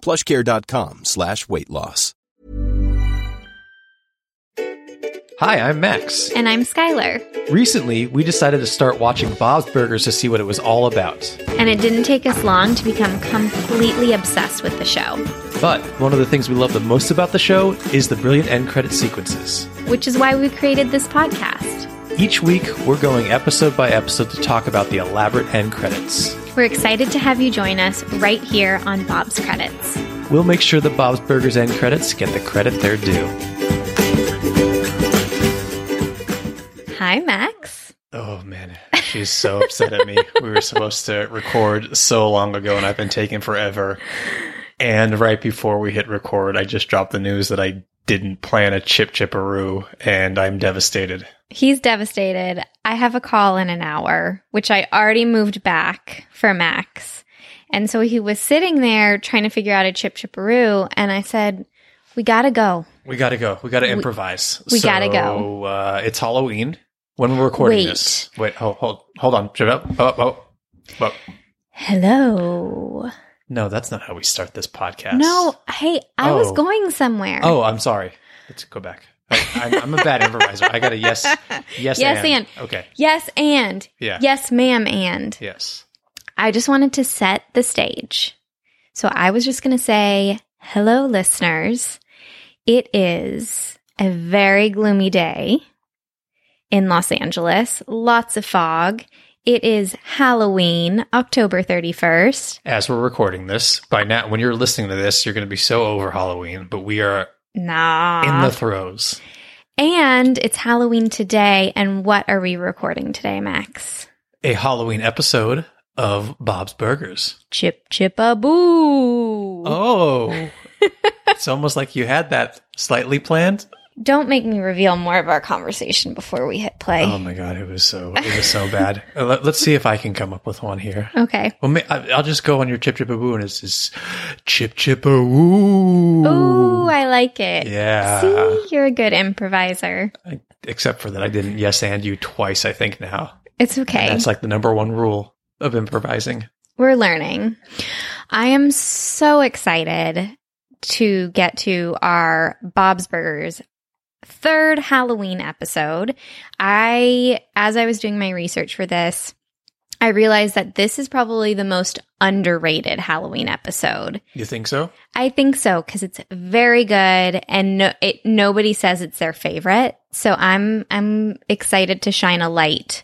Plushcare.com slash weight loss. Hi, I'm Max. And I'm Skylar. Recently, we decided to start watching Bob's Burgers to see what it was all about. And it didn't take us long to become completely obsessed with the show, But one of the things we love the most about the show is the brilliant end credit sequences. which is why we created this podcast. Each week, we're going episode by episode to talk about the elaborate end credits. We're excited to have you join us right here on Bob's Credits. We'll make sure that Bob's Burgers end credits get the credit they're due. Hi, Max. Oh man, she's so upset at me. We were supposed to record so long ago and I've been taking forever. And right before we hit record, I just dropped the news that I didn't plan a chip chipperoo and I'm devastated. He's devastated. I have a call in an hour, which I already moved back for Max. And so he was sitting there trying to figure out a chip chipperoo. And I said, We gotta go. We gotta go. We gotta improvise. we gotta So, go. Uh, it's Halloween when we're recording Wait. this. Wait, hold, hold, hold on. Shut up. Oh, oh, oh. Hello. No, that's not how we start this podcast. No, hey, I was Oh. going somewhere. Oh, I'm sorry. Let's go back. I, I'm, I'm a bad improviser. I got a yes, yes, Yes, and. and. Okay. Yes, and. Yeah. Yes, ma'am, and. Yes. I just wanted to set the stage. So I was just going to say, hello, listeners. It is a very gloomy day in Los Angeles, lots of fog. It is Halloween, October 31st. As we're recording this, by now, when you're listening to this, you're going to be so over Halloween, but we are Nah. in the throes. and it's Halloween today. And what are we recording today, Max? A Halloween episode of Bob's Burgers. Chip, chip, a boo. Oh, it's almost like you had that slightly planned. Don't make me reveal more of our conversation before we hit play. Oh my god, it was so it was so bad. Uh, Let, us see if I can come up with one here. okay. Well, may, I, I'll just go on your chip chip a woo, and it's just chip chip a woo. Ooh, I like it. Yeah. See, you're a good improviser. I- Except for that, I didn't yes and you twice. I think now It's And okay. that's like the number one rule of improvising. We're learning. I am so excited to get to our Bob's Burgers third Halloween episode. I, as I was doing my research for this, I realized that this is probably the most underrated Halloween episode. You think so? I think so because it's very good, and no, it nobody says it's their favorite. So I'm I'm excited to shine a light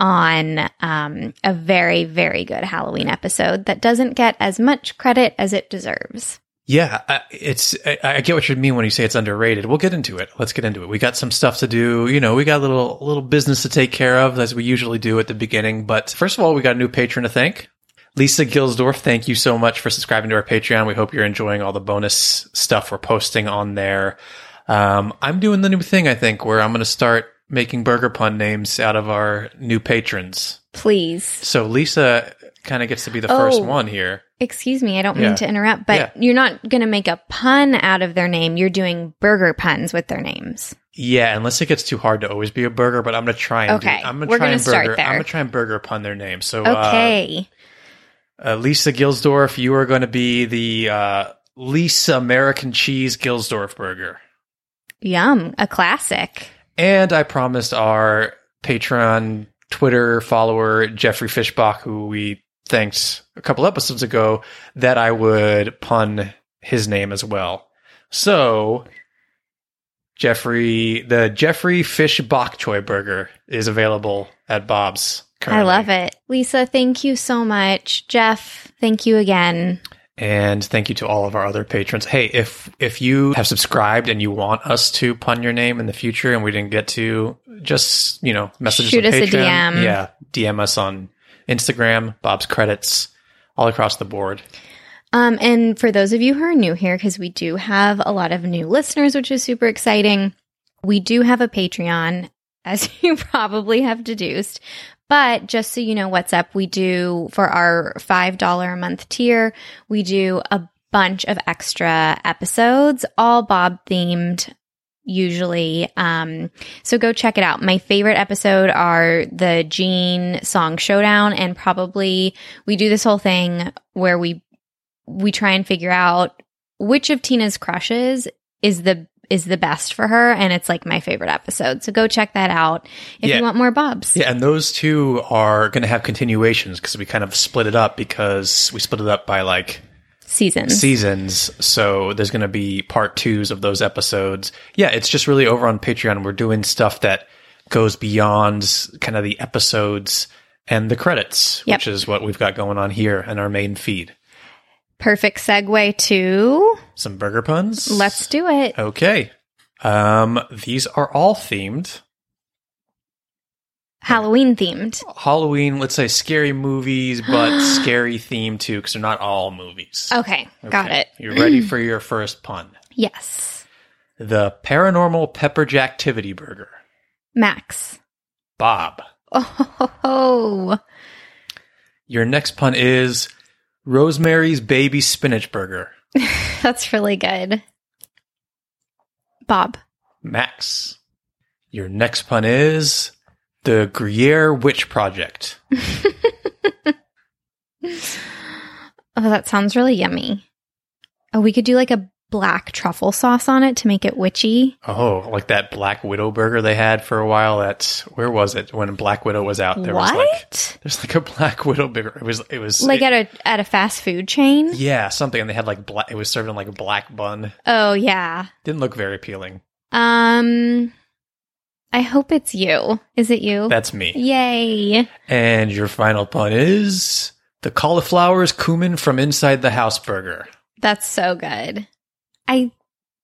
on um, a very very good Halloween episode that doesn't get as much credit as it deserves. Yeah, I, it's. I, I get what you mean when you say it's underrated. We'll get into it. Let's get into it. We got some stuff to do. You know, we got a little little business to take care of as we usually do at the beginning. But first of all, we got a new patron to thank. Lisa Gilsdorf, thank you so much for subscribing to our Patreon. We hope you're enjoying all the bonus stuff we're posting on there. Um, I'm doing the new thing, I think, where I'm going to start making burger pun names out of our new patrons. Please, So Lisa kind of gets to be the first Oh. one here. excuse me, I don't mean Yeah. to interrupt, but Yeah. you're not going to make a pun out of their name. You're doing burger puns with their names. Yeah, unless it gets too hard to always be a burger, but I'm gonna try and Okay, do, I'm gonna we're try gonna and start burger. there. I'm gonna try and burger upon their name. So uh, Okay, uh, Lisa Gilsdorf, you are gonna be the uh, Lisa American Cheese Gilsdorf burger. yum, a classic. And I promised our Patreon Twitter follower Jeffrey Fishbach, who we thanked a couple episodes ago, that I would pun his name as well. So, Jeffrey, the Jeffrey Fish Bok Choy Burger is available at Bob's. I love it. Lisa, thank you so much. Jeff, thank you again. And thank you to all of our other patrons. Hey, if if you have subscribed and you want us to pun your name in the future and we didn't get to, just you know, message Shoot us, on us a Patreon. DM. Yeah, DM us on Instagram, Bob's credits, all across the board. Um, and for those of you who are new here, because we do have a lot of new listeners, which is super exciting, we do have a Patreon, as you probably have deduced. But just so you know what's up, we do for our $5 a month tier, we do a bunch of extra episodes, all Bob themed usually. Um, so go check it out. My favorite episode are the Gene song showdown and probably we do this whole thing where we we try and figure out which of Tina's crushes is the is the best for her and it's like my favorite episode. So go check that out if Yeah. you want more bobs. Yeah, and those two are going to have continuations because we kind of split it up because we split it up by like Seasons. seasons. So there's going to be part twos of those episodes. Yeah, it's just really over on Patreon. We're doing stuff that goes beyond kind of the episodes and the credits, Yep. which is what we've got going on here in our main feed. Perfect segue to Some burger puns. let's do it. Okay. Um, these are all themed. Halloween themed. Halloween, let's say scary movies, but scary theme too, because they're not all movies. Okay, Oh, got Okay. it. You're ready for your first pun. Yes. The paranormal pepper jacktivity burger. Max. Bob. Oh, ho, ho, ho. Your next pun is Rosemary's baby spinach burger. that's really good. Bob. Max. Your next pun is the Gruyere Witch Project. Oh, that sounds really yummy. Oh, we could do like a black truffle sauce on it to make it witchy. Oh, like that Black Widow burger they had for a while at where was it when Black Widow was out? was like what? there's like a Black Widow burger. It was it was Like, at a at a fast food chain? yeah something and they had like black. It was served in like a black bun. Oh yeah. Didn't look very appealing. Um I hope it's you. Is it you? That's me. Yay. And your final pun is the cauliflower's cumin from inside the house burger. That's so good. I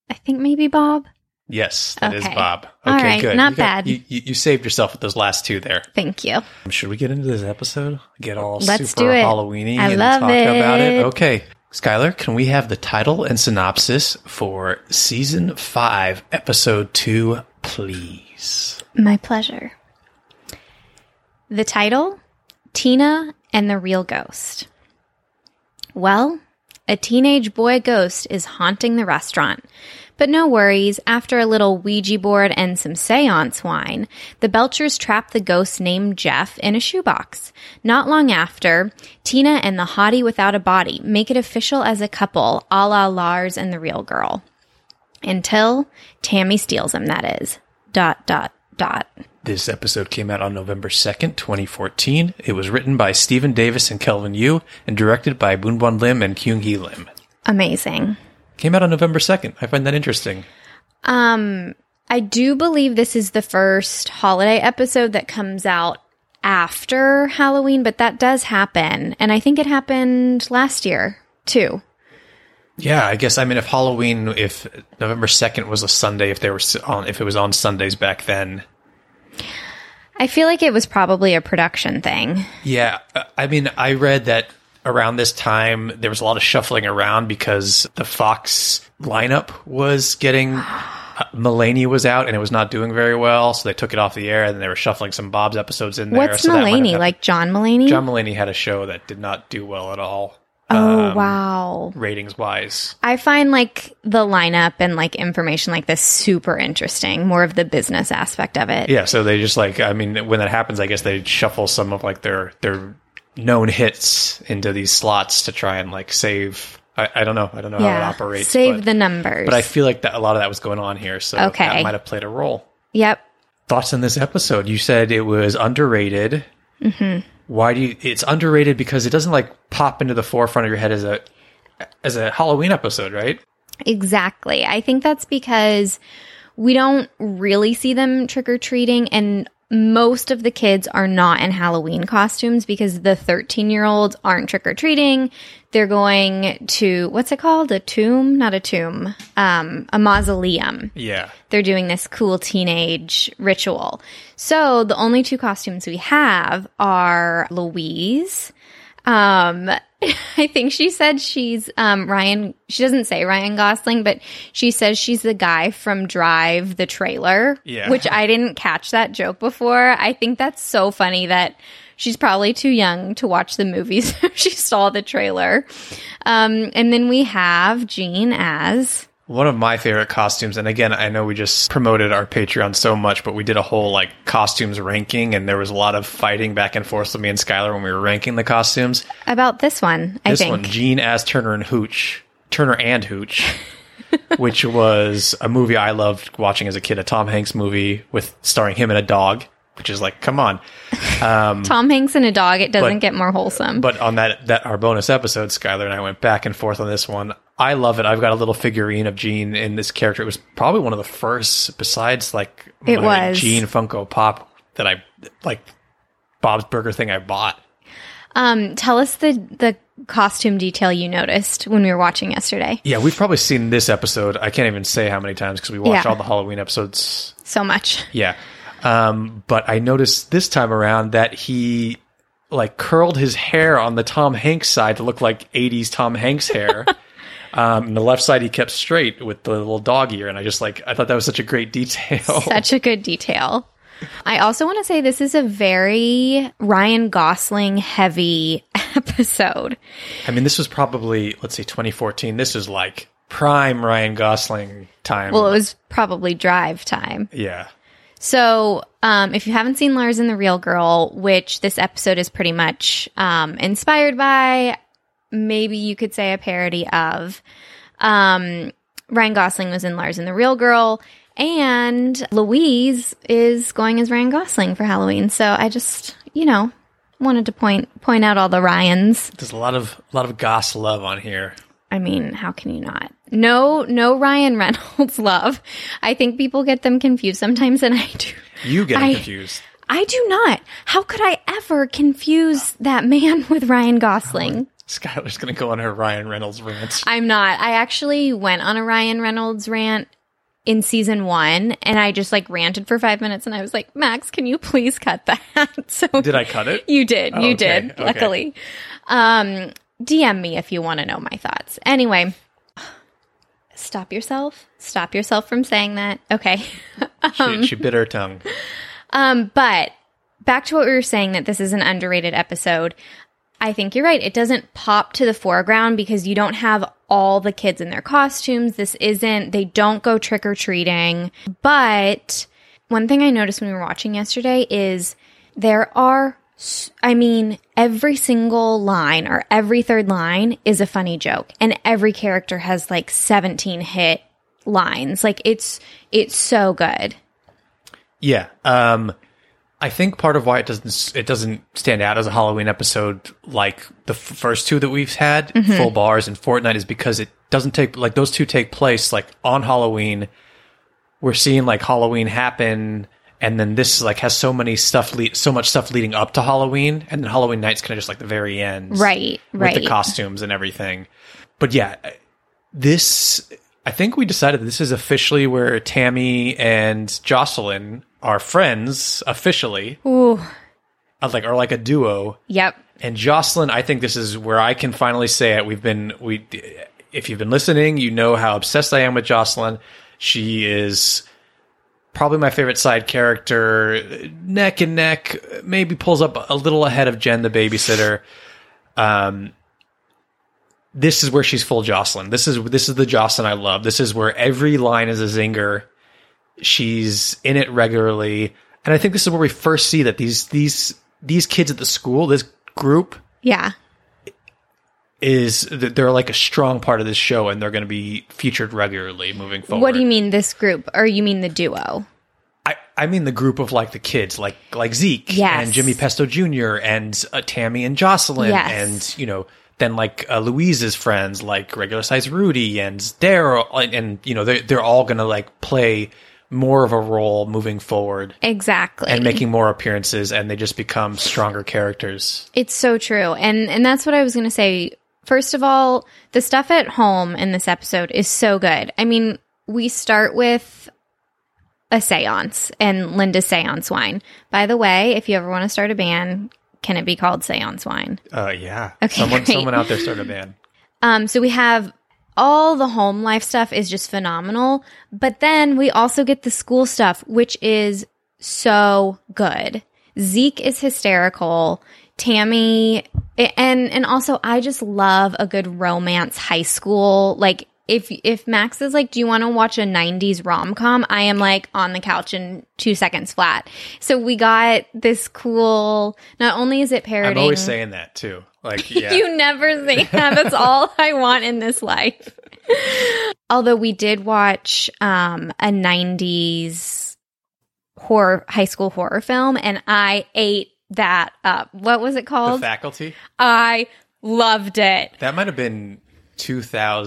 I think maybe Bob. Yes, that is Okay. Bob. All right, not You got- bad. You, you, you saved yourself with those last two there. Thank you. Should we get into this episode? Get all Let's super do it. Halloweeny I and love talk about it. it. Okay, Skylar, can we have the title and synopsis for season five, episode two, please? My pleasure. The title Tina and the Real Ghost. Well, a teenage boy ghost is haunting the restaurant. But no worries, after a little Ouija board and some seance wine, the Belchers trap the ghost named Jeff in a shoebox. Not long after, Tina and the hottie without a body make it official as a couple, a la Lars and the real girl. Until Tammy steals him, that is. Dot, dot, dot. This episode came out on November 2nd, 2014. It was written by Stephen Davis and Kelvin Yu and directed by Boonbon Lim and Kyung Hee Lim. Amazing. Came out on November 2nd. I find that interesting. Um, I do believe this is the first holiday episode that comes out after Halloween, but that does happen. And I think it happened last year too. Yeah, I guess I mean if Halloween, if November second was a Sunday, if they were s- on, if it was on Sundays back then, I feel like it was probably a production thing. yeah. uh, I mean, I read that around this time there was a lot of shuffling around because the Fox lineup was getting. Uh, Mulaney was out and it was not doing very well, so they took it off the air and they were shuffling some Bob's episodes in there. What's so that might have Mulaney? happened. Like John Mulaney? John Mulaney had a show that did not do well at all, oh, um, wow. ratings wise. I find like the lineup and like information like this super interesting, more of the business aspect of it. Yeah, so they just like I mean, when that happens, I guess they shuffle some of like their their known hits into these slots to try and like save. I, I don't know. I don't know Yeah. how it operates. Save but, the numbers. But I feel like that a lot of that was going on here, so Okay. that might have played a role. yep. Thoughts on this episode? You said it was underrated. Mm-hmm. Why do you? It's underrated because it doesn't like pop into the forefront of your head as a as a Halloween episode, right? Exactly. I think that's because we don't really see them trick or treating and most of the kids are not in Halloween costumes because the 13 year olds aren't trick or treating. They're going to, what's it called? A tomb? Not a tomb. Um, a mausoleum. Yeah. They're doing this cool teenage ritual. So the only two costumes we have are Louise. Um, I think she said she's um, Ryan. She doesn't say Ryan Gosling, but she says she's the guy from Drive, the trailer. Yeah. Which I didn't catch that joke before. I think that's so funny that she's probably too young to watch the movies. she saw the trailer. Um, and then we have Jean as One of my favorite costumes, and again, I know we just promoted our Patreon so much, but we did a whole like costumes ranking, and there was a lot of fighting back and forth with me and Skylar when we were ranking the costumes. about this one. I this think one, Gene as Turner and Hooch, Turner and Hooch, which was a movie I loved watching as a kid, a Tom Hanks movie with starring him and a dog, which is like, come on. Tom Hanks and a dog. It doesn't But- get more wholesome. But on that that our bonus episode, Skylar and I went back and forth on this one. I love it. I've got a little figurine of Gene in this character. It was probably one of the first, besides like It my was. Gene Funko Pop that I like Bob's Burger thing I bought. um, tell us the the costume detail you noticed when we were watching yesterday. Yeah, we've probably seen this episode. I can't even say how many times because we watch Yeah. all the Halloween episodes So much. Yeah. Um, but I noticed this time around that he like curled his hair on the Tom Hanks side to look like 80s Tom Hanks hair. um, and the left side he kept straight with the little dog ear. And I just like, I thought that was such a great detail. Such a good detail. I also want to say this is a very Ryan Gosling heavy episode. I mean, this was probably, let's see, 2014. This is like prime Ryan Gosling time. Well, it was probably drive time. yeah. So, um, if you haven't seen Lars and the Real Girl, which this episode is pretty much um, inspired by, maybe you could say a parody of, um, Ryan Gosling was in Lars and the Real Girl, and Louise is going as Ryan Gosling for Halloween. So I just, you know, wanted to point point out all the Ryans. There's a lot of, a lot of Goss love on here. I mean, how can you not? No, no Ryan Reynolds love. I think people get them confused sometimes, and I do You get I- confused. I do not. How could I ever confuse that man with Ryan Gosling? Skylar's going to go on her Ryan Reynolds rant. I'm not. I actually went on a Ryan Reynolds rant in season one and I just like ranted for five minutes and I was like, Max, can you please cut that? so Did I cut it? You did. Oh, okay, you did. okay. Luckily. Um, DM me if you want to know my thoughts. Anyway, stop yourself. Stop yourself from saying that. Okay. she, she bit her tongue. Um, but back to what we were saying that this is an underrated episode. I think you're right. It doesn't pop to the foreground because you don't have all the kids in their costumes. This isn't, they don't go trick or treating. But one thing I noticed when we were watching yesterday is there are, s- I mean, every single line or every third line is a funny joke, and every character has like 17 hit lines. Like it's, it's so good. Yeah. Um I think part of why it doesn't it doesn't stand out as a Halloween episode like the f- first two that we've had, Full Bars and Fortnite is because it doesn't take like those two take place like on Halloween. We're seeing like Halloween happen and then this like has so many stuff le- so much stuff leading up to Halloween and then Halloween night's kind of just like the very end. Right, With right. the costumes and everything. But yeah, this I think we decided this is officially where Tammy and Jocelyn are friends officially. Ooh. Uh, Like are like a duo. Yep. And Jocelyn, I think this is where I can finally say it. We've been we if you've been listening, you know how obsessed I am with Jocelyn. She is probably my favorite side character, neck and neck, maybe pulls up a little ahead of Jen the babysitter. Um this is where she's full Jocelyn. This is this is the Jocelyn I love. This is where every line is a zinger. She's in it regularly, and I think this is where we first see that these these these kids at the school, this group Yeah. is that they're like a strong part of this show, and they're going to be featured regularly moving forward. What do you mean this group? Or you mean the duo? I, I mean the group of like the kids, like like Zeke Yes. and Jimmy Pesto Jr. and uh, Tammy and Jocelyn, Yes. and you know then like uh, Louise's friends, like regular size Rudy and Daryl, and, and you know they're they're all gonna like play more of a role moving forward Exactly. and making more appearances, and they just become stronger characters. It's so true. And and that's what I was going to say. First of all, the stuff at home in this episode is so good. I mean, we start with a séance and Linda's séance wine. By the way, if you ever want to start a band, can it be called séance wine? Uh, yeah. Okay, someone great. someone out there started a band. Um, so we have all the home life stuff is just phenomenal, but then we also get the school stuff, which is so good. Zeke is hysterical. Tammy and and also I just love a good romance high school. Like if if Max is like, "Do you want to watch a 90s rom-com?" I am like on the couch in 2 seconds flat. So we got this cool not only is it parroting I'm always saying that too. Like yeah. you never say that. That's all I want in this life. Although we did watch um, a 90s horror, high school horror film, and I ate that up. What was it the called? faculty I loved it. that might have been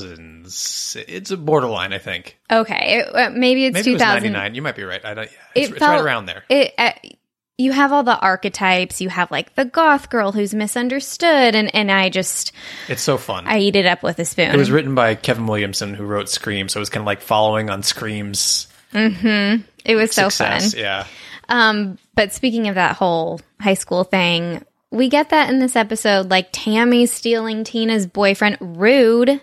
2000s. It's a borderline, I think. Okay. It, uh, maybe it's Maybe it was 2000. 99. You might be right. I don't. Yeah, it's, it's right around there. It, uh, you have all the archetypes. You have like the goth girl who's misunderstood, and, and I just, It's so fun. I eat it up with a spoon. it was written by Kevin Williamson, who wrote Scream, so it was kind of like following on Scream's it was so fun. success. Yeah, Um, but speaking of that whole high school thing, we get that in this episode, like Tammy stealing Tina's boyfriend. Rude.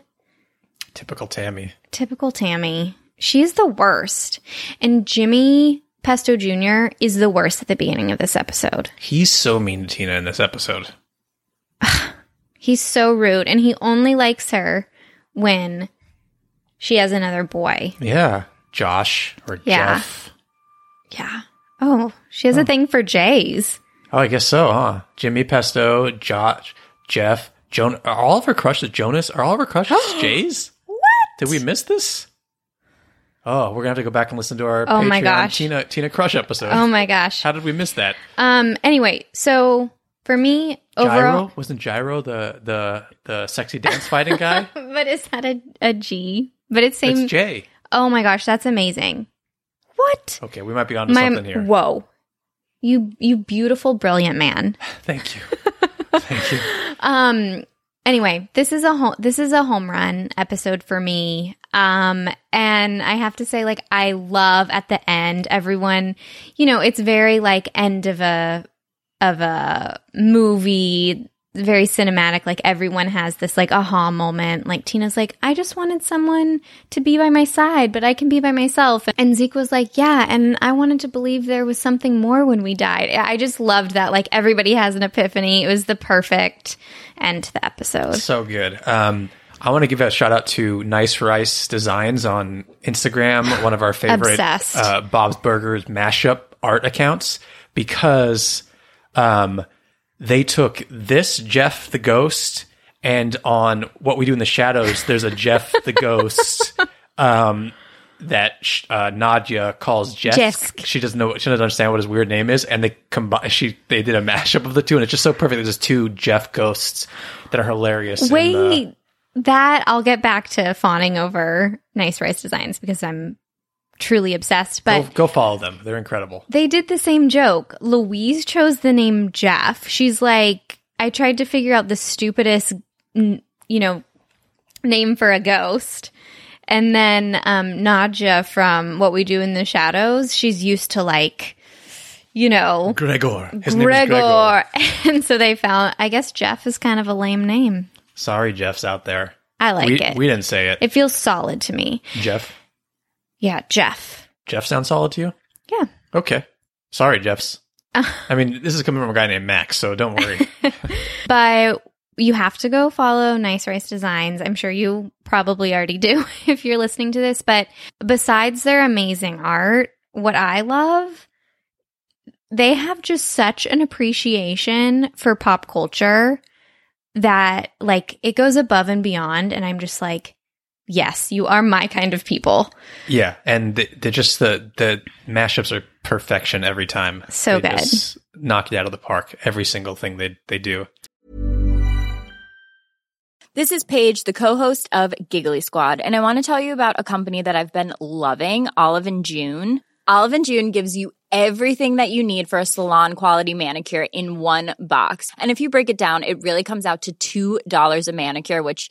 typical Tammy. Typical Tammy. She's the worst. And Jimmy Pesto Jr. is the worst at the beginning of this episode. He's so mean to Tina in this episode. He's so rude and he only likes her when she has another boy. Yeah, Josh or Yeah. Jeff. Yeah. Oh, she has a thing for Jays. Oh, I guess so, huh? Jimmy Pesto, Josh, Jeff, Joan. Are all of her crushes Jonas? Are all of her crushes Jays? What? Did we miss this? Oh, we're gonna have to go back and listen to our Oh Patreon my gosh. Tina Tina Crush episode. Oh my gosh. How did we miss that? Um anyway, so for me overall Gyro wasn't Gyro the the the sexy dance fighting guy? But is that a, a G? But it's same. It's Jay. oh my gosh, that's amazing. What? Okay, we might be onto My Oh, something here. whoa. You you beautiful brilliant man. Thank you. Thank you. Um anyway, this is a home this is a home run episode for me. Um and I have to say like I love at the end everyone, you know, it's very like end of a of a movie very cinematic like everyone has this like aha moment like tina's like i just wanted someone to be by my side but i can be by myself and zeke was like yeah and i wanted to believe there was something more when we died i just loved that like everybody has an epiphany it was the perfect end to the episode So good. Um, I want to give a shout out to Nice Rice Designs on Instagram, one of our favorite Obsessed. uh, Bob's Burgers mashup art accounts, because um, they took this Jeff the Ghost and on What We Do in the Shadows, there's a Jeff the Ghost. Um, that sh- uh, Nadia calls Jesk. Jesk. She doesn't know. She doesn't understand what his weird name is, and they combine. She they did a mashup of the two, and it's just so perfect. There's just two Jeff ghosts that are hilarious. uh, in wait the- that i'll get back to fawning over nice rice designs because i'm truly obsessed but go, go follow them. They're incredible. They did the same joke. Louise chose the name Jeff. She's like, I tried to figure out the stupidest, n- you know, name for a ghost. And then um, Nadja from What We Do in the Shadows, she's used to like, you know, Gregor. His Gregor. And so they found, I guess Jeff is kind of a lame name. Sorry, Jeff's out there. I like we, it. we didn't say it. it feels solid to me. Jeff. Yeah, Jeff. Jeff sounds solid to you. Yeah. Uh. Okay. Sorry, Jeff's. I mean, this is coming from a guy named Max, so don't worry. but you have to go follow Nice Rice Designs. I'm sure you probably already do if you're listening to this. But besides their amazing art, what I love, they have just such an appreciation for pop culture that, like, it goes above and beyond. And I'm just like, yes, you are my kind of people. Yeah, and the, the just the the mashups are perfection every time. So They good. just knock it out of the park. Every single thing they they do. This is Paige, the co-host of Giggly Squad, and I want to tell you about a company that I've been loving, Olive and June. Olive and June gives you everything that you need for a salon quality manicure in one box. And if you break it down, it really comes out to $2 a manicure, which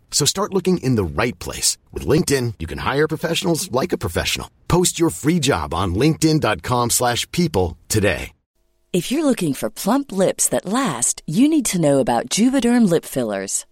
So start looking in the right place. With LinkedIn, you can hire professionals like a professional. Post your free job on linkedin.com slash people today. If you're looking for plump lips that last, you need to know about Juvederm lip fillers.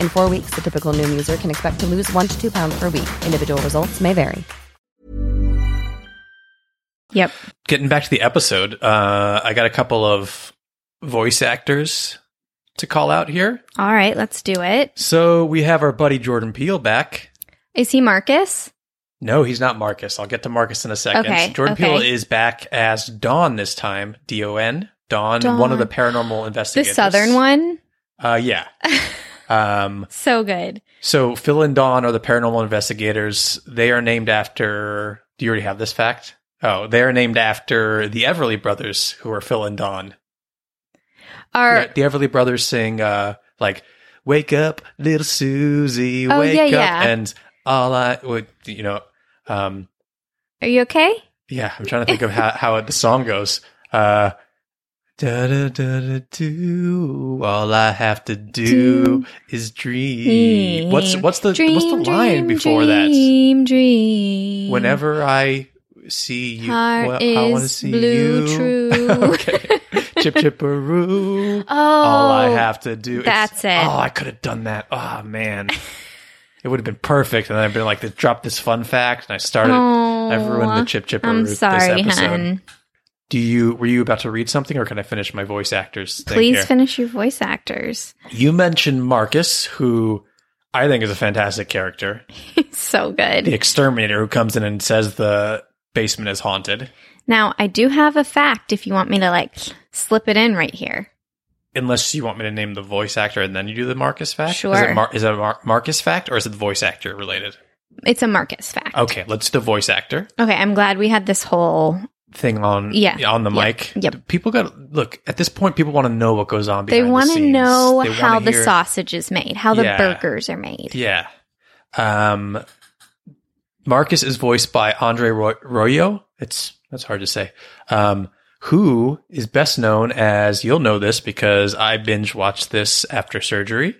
In four weeks, the typical Noom user can expect to lose one to two pounds per week. Individual results may vary. Yep. Getting back to the episode, uh, I got a couple of voice actors to call out here. All right, let's do it. So we have our buddy Jordan Peele back. Is he Marcus? No, he's not Marcus. I'll get to Marcus in a second. Okay, Jordan okay. Peele is back as Dawn this time. D O N. Dawn, one of the Dawn. paranormal The investigators. southern one? Uh, yeah. um, So good. so Phil and Dawn are the paranormal investigators. They are named after. Do you already have this fact? Oh, they are named after the Everly brothers, who are Phil and Dawn. Are Yeah, the Everly brothers sing uh, like "Wake Up, Little Susie, Oh, Wake yeah, Up," yeah. and all I would, you know, um, are you okay? yeah. I'm trying to think of how, how the song goes. Uh, da da da da do. All I have to do Do. is dream. E. What's what's the Dream, what's the line dream, before that? dream, Dream, Whenever I see you, Heart well, I is want to see blue you. true. okay, chip chipperoo. Oh, all I have to do. It's- that's it. Oh, I could have done that. Oh man, it would have been perfect. And I've been like, "This- drop this fun fact, and I started. I ruined the Oh, chip chipper. I'm this sorry, episode. hun. Do you were you about to read something, or can I finish my voice actors? Thing Please here? finish your voice actors. You mentioned Marcus, who I think is a fantastic character, so good. the exterminator who comes in and says the basement is haunted. Now, I do have a fact if you want me to like slip it in right here. Unless you want me to name the voice actor and then you do the Marcus fact. Is Sure. it, Mar- is it a Mar- Marcus fact or is it the voice actor related? It's a Marcus fact. Okay, let's do the voice actor. Okay, I'm glad we had this whole. thing on Yeah. on the Yep. mic. Yep. People got look at this point. People want to know what goes on. They behind the want to scenes. know They wanna how the hear- sausage is made, how the Yeah. burgers are made. Yeah. Um, Marcus is voiced by Andre Roy- Royo. It's that's hard to say. Um, who is best known as you'll know this because I binge watched this after surgery.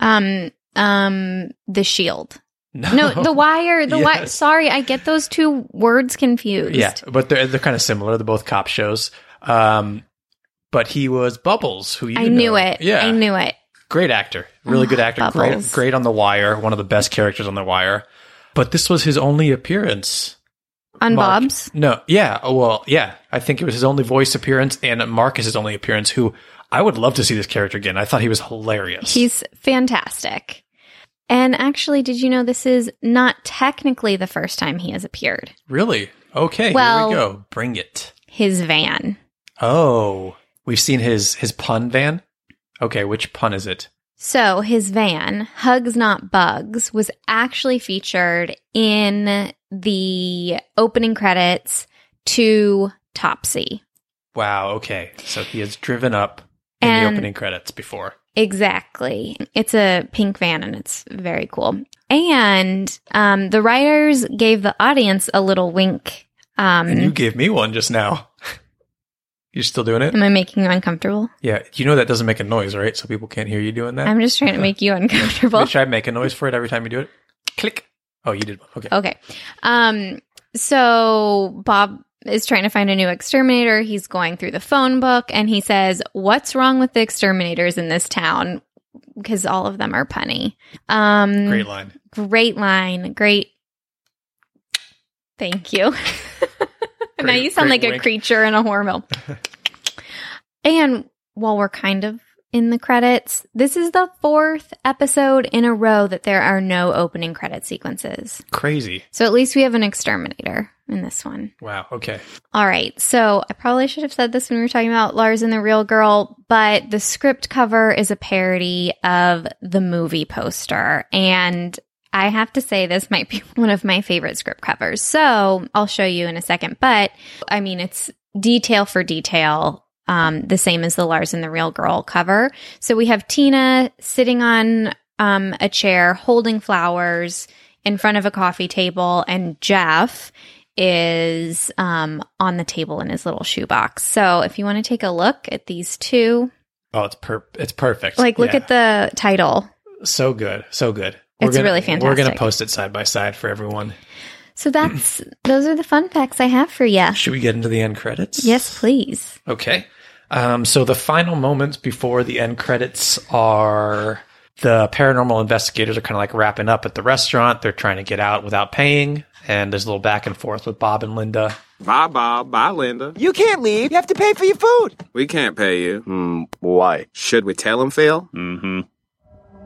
Um, um, The Shield. No, No, The Wire. The Wire. Yes. Sorry, I get those two words confused. Yeah, but they're they're kind of similar. They're both cop shows. Um, but he was Bubbles, who you I knew know. it. Yeah, I knew it. great actor, really good actor, great Bubbles. great on The Wire, one of the best characters on The Wire. But this was his only appearance On Mark- Bob's. No, yeah, oh, well, yeah. I think it was his only voice appearance, and Mark is his only appearance. Who I would love to see this character again. I thought he was hilarious. He's fantastic. And actually, did you know this is not technically the first time he has appeared? really okay. Well- here we go. Bring it. His van. Oh, we've seen his his pun van. Okay, which pun is it? So his van, Hugs Not Bugs, was actually featured in the opening credits to Topsy. Wow. Okay. So he has driven up in the And- opening credits before. Exactly. It's a pink van and it's very cool. And um, the writers gave the audience a little wink. Um, And you gave me one just now. You're still doing it? am I making you uncomfortable? Yeah. You know that doesn't make a noise, right? So people can't hear you doing that. I'm just trying to make you uncomfortable. Should I make a noise for it every time you do it? Click. Oh, you did one. Okay. Okay. Um, so Bob is trying to find a new exterminator. He's going through the phone book and he says, What's wrong with the exterminators in this town? Because all of them are punny. Um, Great line. great line. Great. Thank you. now Great- you sound great like a wink. creature in a horror mill. and while we're kind of in the credits, this is the fourth episode in a row that there are no opening credit sequences. Crazy. So at least we have an exterminator in this one. Wow. Okay. All right. So I probably should have said this when we were talking about Lars and the Real Girl, but the script cover is a parody of the movie poster. And I have to say, this might be one of my favorite script covers. So I'll show you in a second. But I mean, it's detail for detail. Um, the same as the Lars and the Real Girl cover. So we have Tina sitting on um, a chair holding flowers in front of a coffee table, and Jeff is um, on the table in his little shoebox. So if you want to take a look at these two, Oh, it's per- it's perfect. like look at the title. the so good, so good. It's really We're gonna fantastic. post it side by side for everyone. So that's those are the fun facts I have for you. Should we get into the end credits? Yes, please. Okay. Um, so the final moments before the end credits are the paranormal investigators are kind of like wrapping up at the restaurant. They're trying to get out without paying, and there's a little back and forth with Bob and Linda. Bye, Bob. Bye, Linda. You can't leave. You have to pay for your food. We can't pay you. Hmm, why? Should we tell him, Phil? Mm-hmm.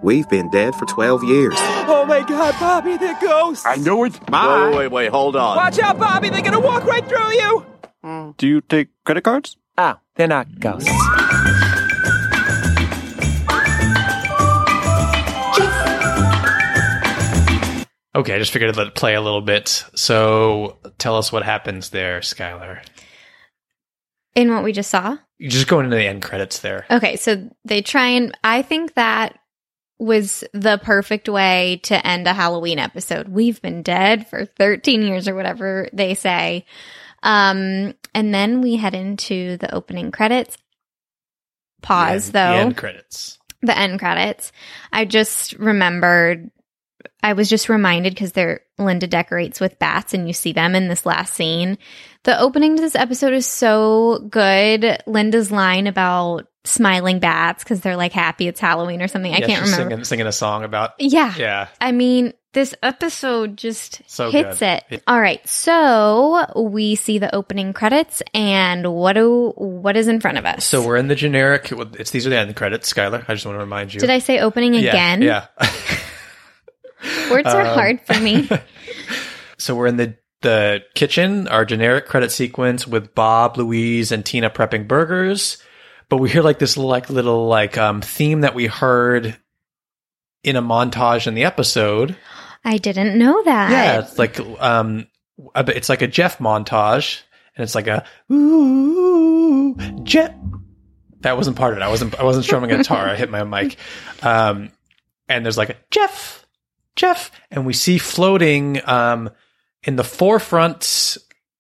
We've been dead for 12 years. Oh my God, Bobby, they're ghosts. I know it. Wait, wait, wait, wait, hold on. Watch out, Bobby. They're gonna walk right through you. Do you take credit cards? Ah, they're not ghosts. Okay, I just figured I'd let it play a little bit. So tell us what happens there, Skylar. In what we just saw. You're just going into the end credits there. Okay, so they try and I think that was the perfect way to end a Halloween episode. We've been dead for 13 years or whatever they say. Um and then we head into the opening credits. Pause The end- though. The end credits. the end credits. I just remembered I was just reminded because they're Linda decorates with bats and you see them in this last scene. The opening to this episode is so good. Linda's line about smiling bats because they're like happy it's Halloween or something. I Yeah, can't she's remember. Singing, singing a song about. Yeah. Yeah. I mean, this episode just So hits good. it. All right. So we see the opening credits and what do what is in front of us? So we're in the generic. It's these are the end credits, Skylar. I just want to remind you. Did I say opening Yeah, again? Yeah. Words are Um, hard for me. So we're in the the kitchen, our generic credit sequence with Bob, Louise, and Tina prepping burgers. But we hear like this like little like um theme that we heard in a montage in the episode. I didn't know that. Yeah, it's uh, like um a bit- it's like a Jeff montage and it's like a ooh Jeff that wasn't part of it. I wasn't I wasn't strumming a guitar. I hit my mic. Um and there's like a Jeff Jeff and we see floating um in the forefront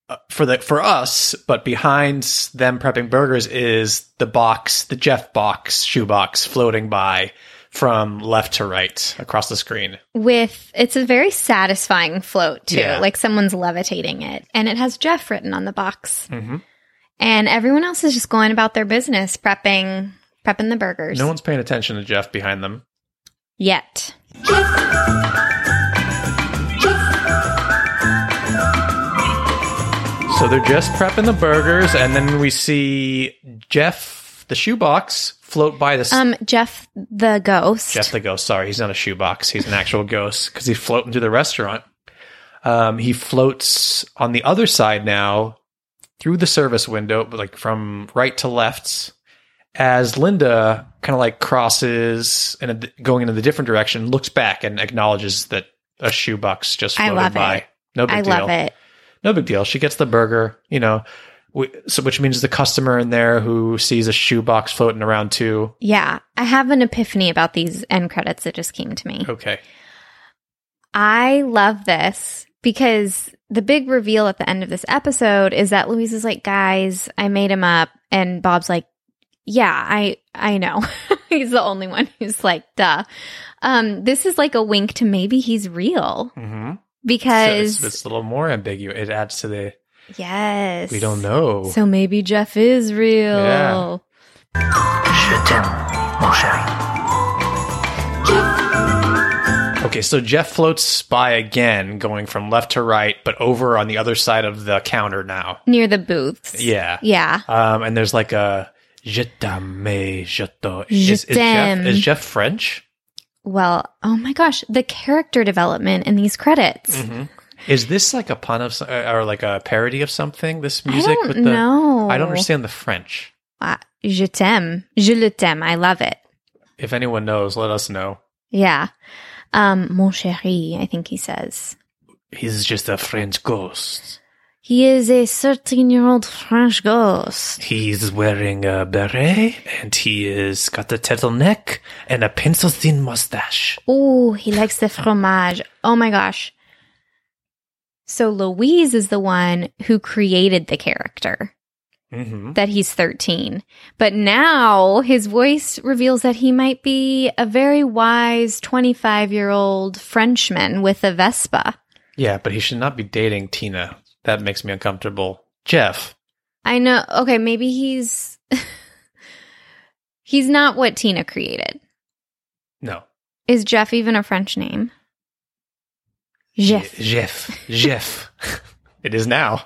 uh, for the for us, but behind them prepping burgers is the box, the Jeff box, shoebox floating by from left to right across the screen. with it's a very satisfying float too Yeah. like someone's levitating it and it has jeff written on the box Mm-hmm. and everyone else is just going about their business prepping prepping the burgers No one's paying attention to Jeff behind them. yet So they're just prepping the burgers, and then we see Jeff, the shoebox, float by the. s- um jeff the ghost Jeff the ghost. Sorry, he's not a shoebox. He's an actual ghost because he's floating to the restaurant. Um, he floats on the other side now through the service window, but, like from right to left, as Linda kind of like crosses and ad- going in a different direction, looks back and acknowledges that a shoebox just I floated love by. it. No big I deal. love it. No big deal. She gets the burger, you know, we, so, which means the customer in there who sees a shoebox floating around too. yeah i have an epiphany about these end credits that just came to me Okay. I love this because the big reveal at the end of this episode is that Louise is like, guys, I made him up. And Bob's like, yeah, I I know. he's the only one who's like, duh. Um, this is like a wink to maybe he's real Mm-hmm. because So it's, it's a little more ambiguous. It adds to the yes, we don't know. So maybe Jeff is real. Yeah. okay, so Jeff floats by again, going from left to right, but over on the other side of the counter now. Near the booths. Yeah, Yeah. Um, and there's like a je t'aime, je t'aime. Je Is, is Jeff t'aime. is Jeff French? Well, oh my gosh, the character development in these credits. Mm-hmm. Is this like a pun of so- or like a parody of something? This music don't with the know. I don't understand the French. Wow. Je t'aime. Je le t'aime. I love it. If anyone knows, let us know. Yeah. Um, mon chéri, I think he says. He's just a French ghost. He is a 13 year old French ghost. He's wearing a beret and he is got a turtleneck and a pencil thin mustache. Oh, he likes the fromage. Oh my gosh. So Louise is the one who created the character Mm-hmm. that he's 13. But now his voice reveals that he might be a very wise 25 year old Frenchman with a Vespa. Yeah, but he should not be dating Tina. That makes me uncomfortable. Jeff. I know. Okay, maybe he's. he's not what Tina created. No. Is Jeff even a French name? Jeff. Jeff. Jeff. it is now.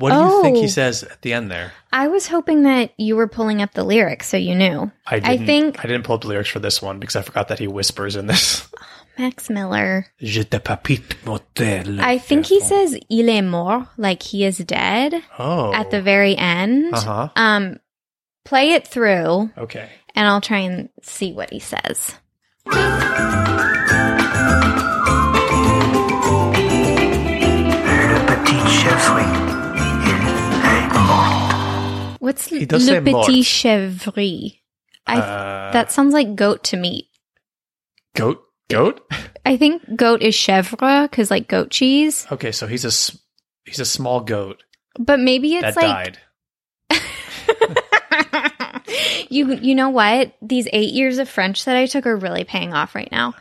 What do you think Oh. he says at the end there? I was hoping that you were pulling up the lyrics so you knew. I didn't, I think didn't pull up the lyrics for this one because I forgot that he whispers in this. Max Miller. Je te papite motel. I think he says "il est mort," like he is dead Oh. at the very end. Uh-huh. Um, play it through, Okay. and I'll try and see what he says. What's He le does say mort. petit chevri? I Uh, that sounds like goat to meat. Goat? Goat? I think goat is chèvre because like goat cheese, Okay, so he's a s- he's a small goat but maybe it's that like died. you. You know what? These eight years of French that I took are really paying off right now.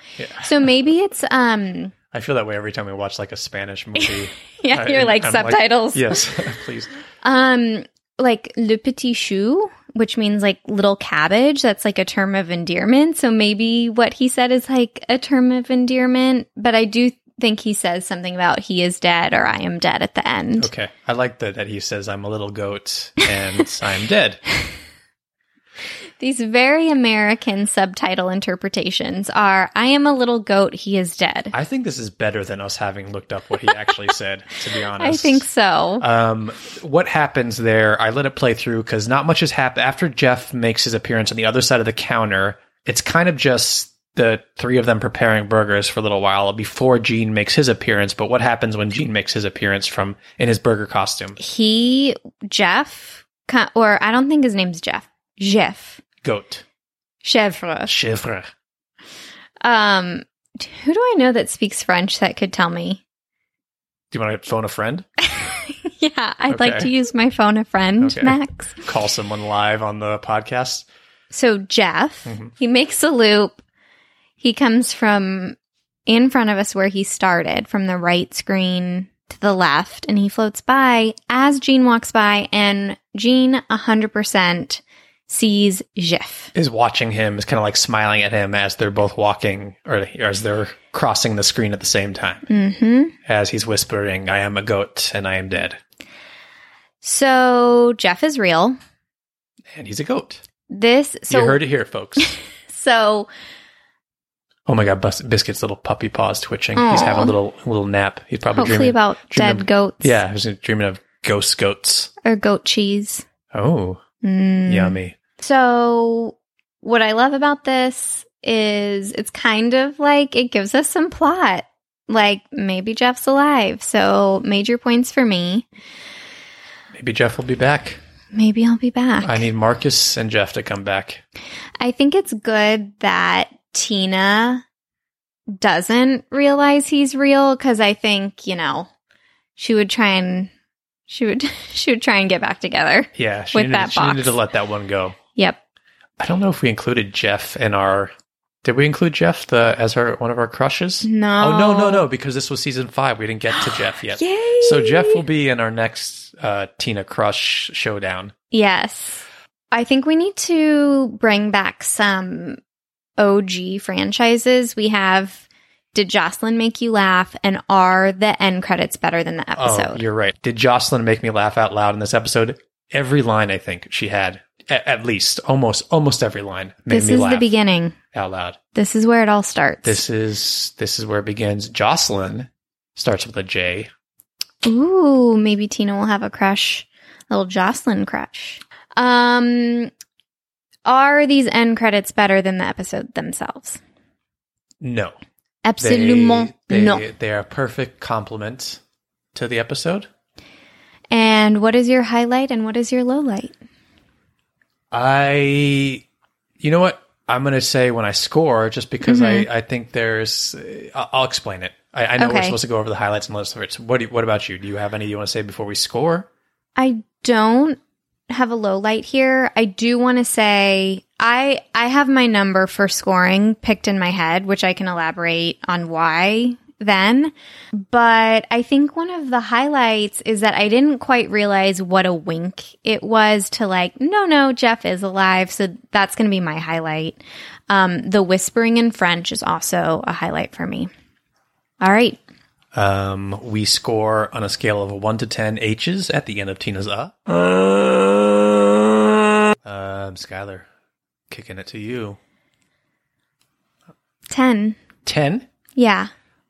So maybe it's um. I feel that way every time we watch like a Spanish movie. Yeah, I- you're like I'm subtitles. yes, please. Um, like le petit chou, which means like little cabbage. That's like a term of endearment. So maybe what he said is like a term of endearment, but I do think he says something about he is dead or I am dead at the end. Okay, I like that that he says I'm a little goat and I'm dead. These very American subtitle interpretations are I am a little goat, he is dead. I think this is better than us having looked up what he actually said. To be honest, I think so. Um, what happens there? I let it play through because not much has happened after Jeff makes his appearance on the other side of the counter. It's kind of just the three of them preparing burgers for a little while before Gene makes his appearance. But what happens when Gene makes his appearance from in his burger costume? He, Jeff, co- or I don't think his name's Jeff, Jeff, Goat. Chevre. Chevre. Um, t- who do I know that speaks French that could tell me? Do you want to phone a friend? yeah, I'd like Okay. to use my phone a friend, Okay. Max. Call someone live on the podcast. So Jeff, Mhm. he makes a loop. He comes from in front of us where he started, from the right screen to the left, and he floats by as Jean walks by, and Jean 100% sees Jeff. Is watching him, is kind of like smiling at him as they're both walking or, or as they're crossing the screen at the same time. hmm As he's whispering, I am a goat and I am dead. So Jeff is real. And he's a goat. This so you heard it here, folks. so Oh my God, Bus- Biscuit's little puppy paws twitching. He's having Aw. a little little nap. He's probably Hopefully dreaming about dreaming dead of- goats. Yeah, he's dreaming of ghost goats. or goat cheese. Oh, Mm. yummy. So, what I love about this is it's kind of like it gives us some plot. Like maybe Jeff's alive. So, major points for me. Maybe Jeff will be back. Maybe I'll be back. I need Marcus and Jeff to come back. I think it's good that Tina doesn't realize he's real cuz I think, you know, she would try and she would she would try and get back together. Yeah, she, with needed, that she box. needed to let that one go. Yep. Oh, I don't know if we included Jeff in our. Did we include Jeff the as our one of our crushes? No. Oh no no no! Because this was season five, we didn't get to Jeff yet. Yay! So Jeff will be in our next uh, Tina crush showdown. Yes. I think we need to bring back some OG franchises. We have Did Jocelyn Make You Laugh? And are the end credits better than the Oh, episode? you're right. Did Jocelyn make me laugh out loud in this episode? Every line I think she had, e-, at, at least almost almost every line made this me is laugh the beginning. out loud. This is where it all starts. This is this is where it begins. Jocelyn starts with a J. Ooh, maybe Tina will have a crush, a little Jocelyn crush. Um, are these end credits better than the episode themselves? No, Absolument They- they- no. They are a perfect complement to the episode. And what is your highlight and what is your low light? I, you know what? I'm going to say when I score, just because Mhm. I, I think there's, I- I'll explain it. I, I know we're Okay. supposed to go over the highlights and list of it. What, do you- what about you? Do you have any you want to say before we score? I don't have a low light here. I do want to say I I have my number for scoring picked in my head, which I can elaborate on why then. But I think one of the highlights is that I didn't quite realize what a wink it was to like, no, no, Jeff is alive. So that's going to be my highlight. Um, the whispering in French is also a highlight for me. All right. Um, we score on a scale of 1 to 10 H's at the end of Tina's uh. Um, Skylar, kicking it to you. 10. 10? Yeah.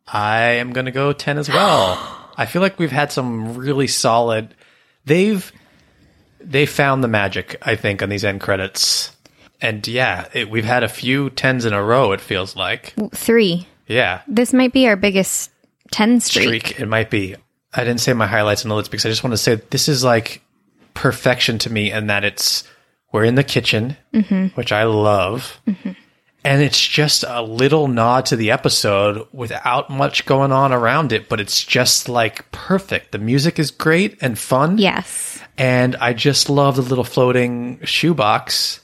I am going to go 10 as well. I feel like we've had some really solid they've they found the magic I think on these end credits. And yeah, it, we've had a few 10s in a row it feels like. W- Three. Yeah. This might be our biggest 10 streak. Streak it might be. I didn't say my highlights and notes because I just want to say this is like perfection to me and that it's we're in the kitchen, Mhm. which I love. And it's just a little nod to the episode without much going on around it, but it's just like perfect. The music is great and fun. Yes. And I just love the little floating shoebox.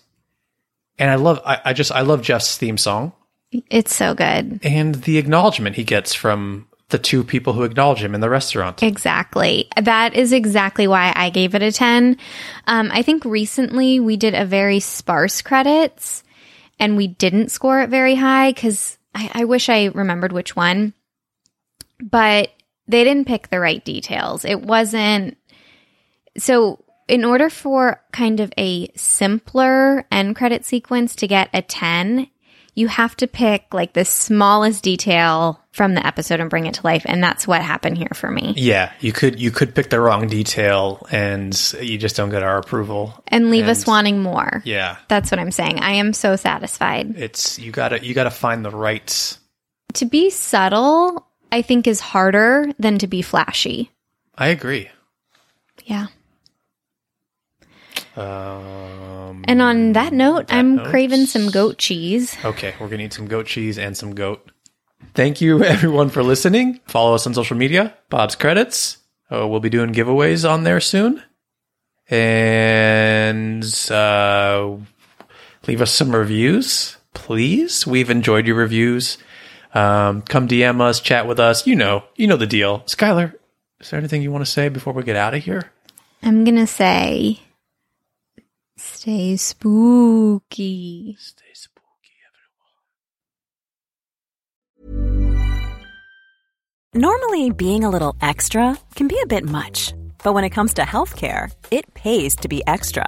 And I love, I, I just, I love Jeff's theme song It's so good. and the acknowledgement he gets from the two people who acknowledge him in the restaurant. Exactly. That is exactly why I gave it a 10. Um, I think recently we did a very sparse credits and we didn't score it very high because I, I wish I remembered which one, but they didn't pick the right details. It wasn't. So, in order for kind of a simpler end credit sequence to get a 10, you have to pick like the smallest detail from the episode and bring it to life. And that's what happened here for me. Yeah, you could you could pick the wrong detail and you just don't get our approval. And leave us wanting more. Yeah. That's what I'm saying. I am so satisfied. It's you got to you got to find the right To be subtle, I think, is harder than to be flashy. I agree. Yeah. Um And on that note, That I'm note? craving some goat cheese. Okay, we're going to eat some goat cheese and some goat. Thank you, everyone, for listening. Follow us on social media, Bob's Credits. Uh, we'll be doing giveaways on there soon. And uh, leave us some reviews, please. We've enjoyed your reviews. Um, come DM us, chat with us. You know, you know the deal. Skylar, is there anything you want to say before we get out of here? I'm going to say stay spooky. Normally, being a little extra can be a bit much, but when it comes to healthcare, it pays to be extra.